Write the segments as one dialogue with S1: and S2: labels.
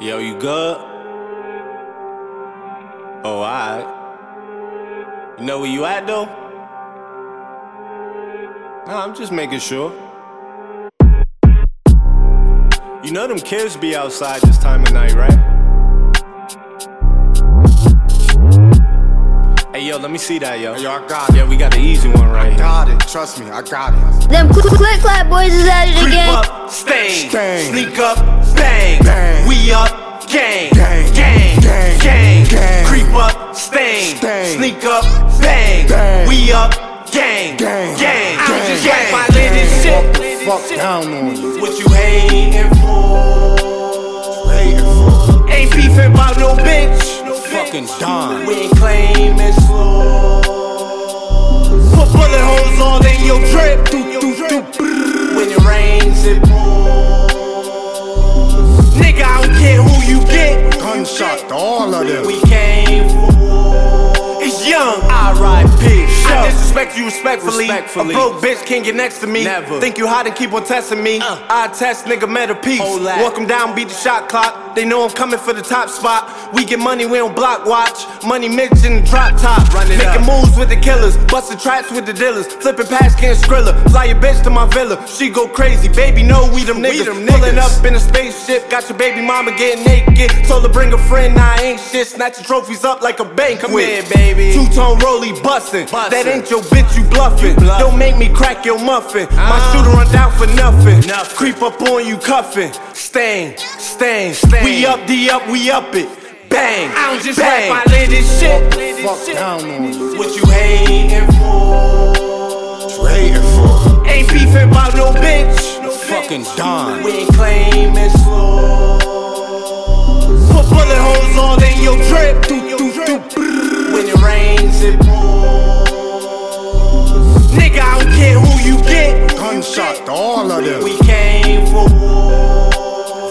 S1: Yo, you good? Oh, alright. You know where you at though? Nah, I'm just making sure. You know them kids be outside this time of night, right? Hey yo, let me see that yo.
S2: Yo, I got it.
S1: Yeah, we got the easy one right here.
S2: Got it. Trust me, I got it.
S3: Them cl- click clap boys is at it
S4: Creep
S3: again.
S4: up, stain.
S2: Stain.
S4: Sneak up, bang.
S2: Bang.
S4: We up, gang.
S2: Gang.
S4: Gang.
S2: Gang.
S4: Gang.
S2: Gang.
S4: Creep up, stain.
S2: Stain.
S4: Sneak up, bang.
S2: Bang.
S4: We up, gang.
S2: Gang.
S4: Gang. I
S2: Gang.
S4: just write my
S2: Gang.
S4: latest
S2: Walk
S4: shit.
S2: the fuck down on you.
S4: What you hating for? Ain't beefing about no bitch. No
S1: Fucking Don.
S4: We ain't claiming slow. Put bullet holes all in your drip. Do, do, do, brrr. When it rains, it pours. Nigga, I don't care who you get.
S2: Gunshot to all of them.
S4: We came for war. It's young. R.I.P. I disrespect you respectfully.
S1: Respectfully.
S4: A broke bitch can't get next to me.
S1: Never.
S4: Think you hot and keep on testing me.
S1: Uh.
S4: I test nigga meta peace.
S1: Whole lot.
S4: Walk 'em down, beat the shot clock. They know I'm coming for the top spot. We get money, we don't block watch. Money mixed in the drop top.
S1: Run it
S4: Making
S1: up.
S4: moves with the killers. Busting traps with the dealers. Flipping past can't skrilla. Fly your bitch to my villa. She go crazy. Baby, no, we them niggas.
S1: them
S4: Pulling
S1: niggas.
S4: up up in a spaceship. Got your baby mama getting naked. Told her bring a friend, nah, I ain't shit. Snatch your trophies up like a banquet.
S1: Come here, baby.
S4: Two tone rollie bustin'.
S1: Bussin'.
S4: That ain't your bitch, you bluffin'.
S1: You bluffin'.
S4: Don't make me crack your muffin. My
S1: Uh.
S4: shooter run down for Uh-huh. nothing.
S1: Nothing.
S4: Creep up on you, cuffin'. Stain, stain,
S1: Stain.
S4: We up, D up, we up it. Bang,
S1: I don't just
S4: bang.
S1: rap my latest shit.
S2: Fuck down on you.
S4: What you hating for?
S2: What you hating for?
S4: Ain't beefing about no bitch. No
S1: Fucking
S4: bitch.
S1: Don.
S4: We ain't claiming slow. Put bullet holes all in your drip. Do, do, do, brrr. When it rains, it pours. Nigga, I don't care who you get.
S2: Gunshot to all of them.
S4: We came for war.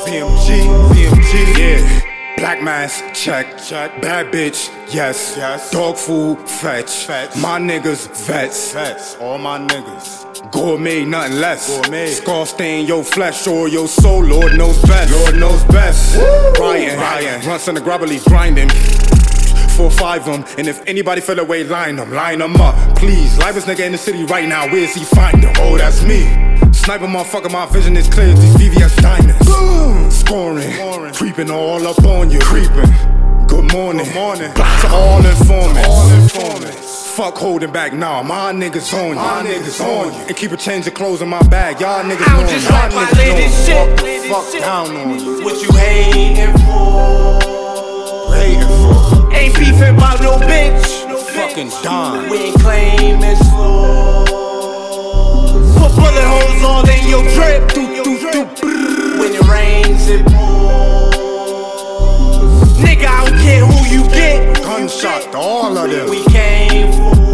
S2: VMG, VMG, yeah. Black mass, check, check. Bad bitch, yes, yes. Dog food, fetch, fetch. My niggas, vets, vets. All my niggas. Gourmet, nothing less. Gourmet. Scar stain your flesh or your soul. Lord knows best. Lord knows best. Ryan, Ryan. Runs on the gravelly grinding. Four, five 'em, and if anybody fell away, line them, line them up. Please, life is nigga in the city right now, where's he find them? Oh, that's me. Sniper motherfucker, my vision is clear, these VVS diamonds. Boom! Scoring, creeping all up on you. Creeping. Good morning, Good morning. to all informants. All informants. Fuck holding back, nah, my niggas on you. My niggas on you. And keep a change of clothes in my bag, y'all niggas
S4: I
S2: know
S4: don't
S2: me.
S4: just
S2: Y'all
S4: like my
S2: niggas know
S4: latest
S2: me.
S4: shit,
S2: Fuck the
S4: latest
S2: Fuck
S4: shit.
S2: down on you.
S4: What you hating for?
S2: Hating for?
S4: Ain't beefing about no bitch. No
S1: Fucking
S4: bitch.
S1: Don.
S4: We ain't claiming slow. Put bullet holes all in your drip. Do, do, do, brrr. When it rains, it pours. Nigga, I don't care who you get.
S2: Gunshot to all of them.
S4: We came for war.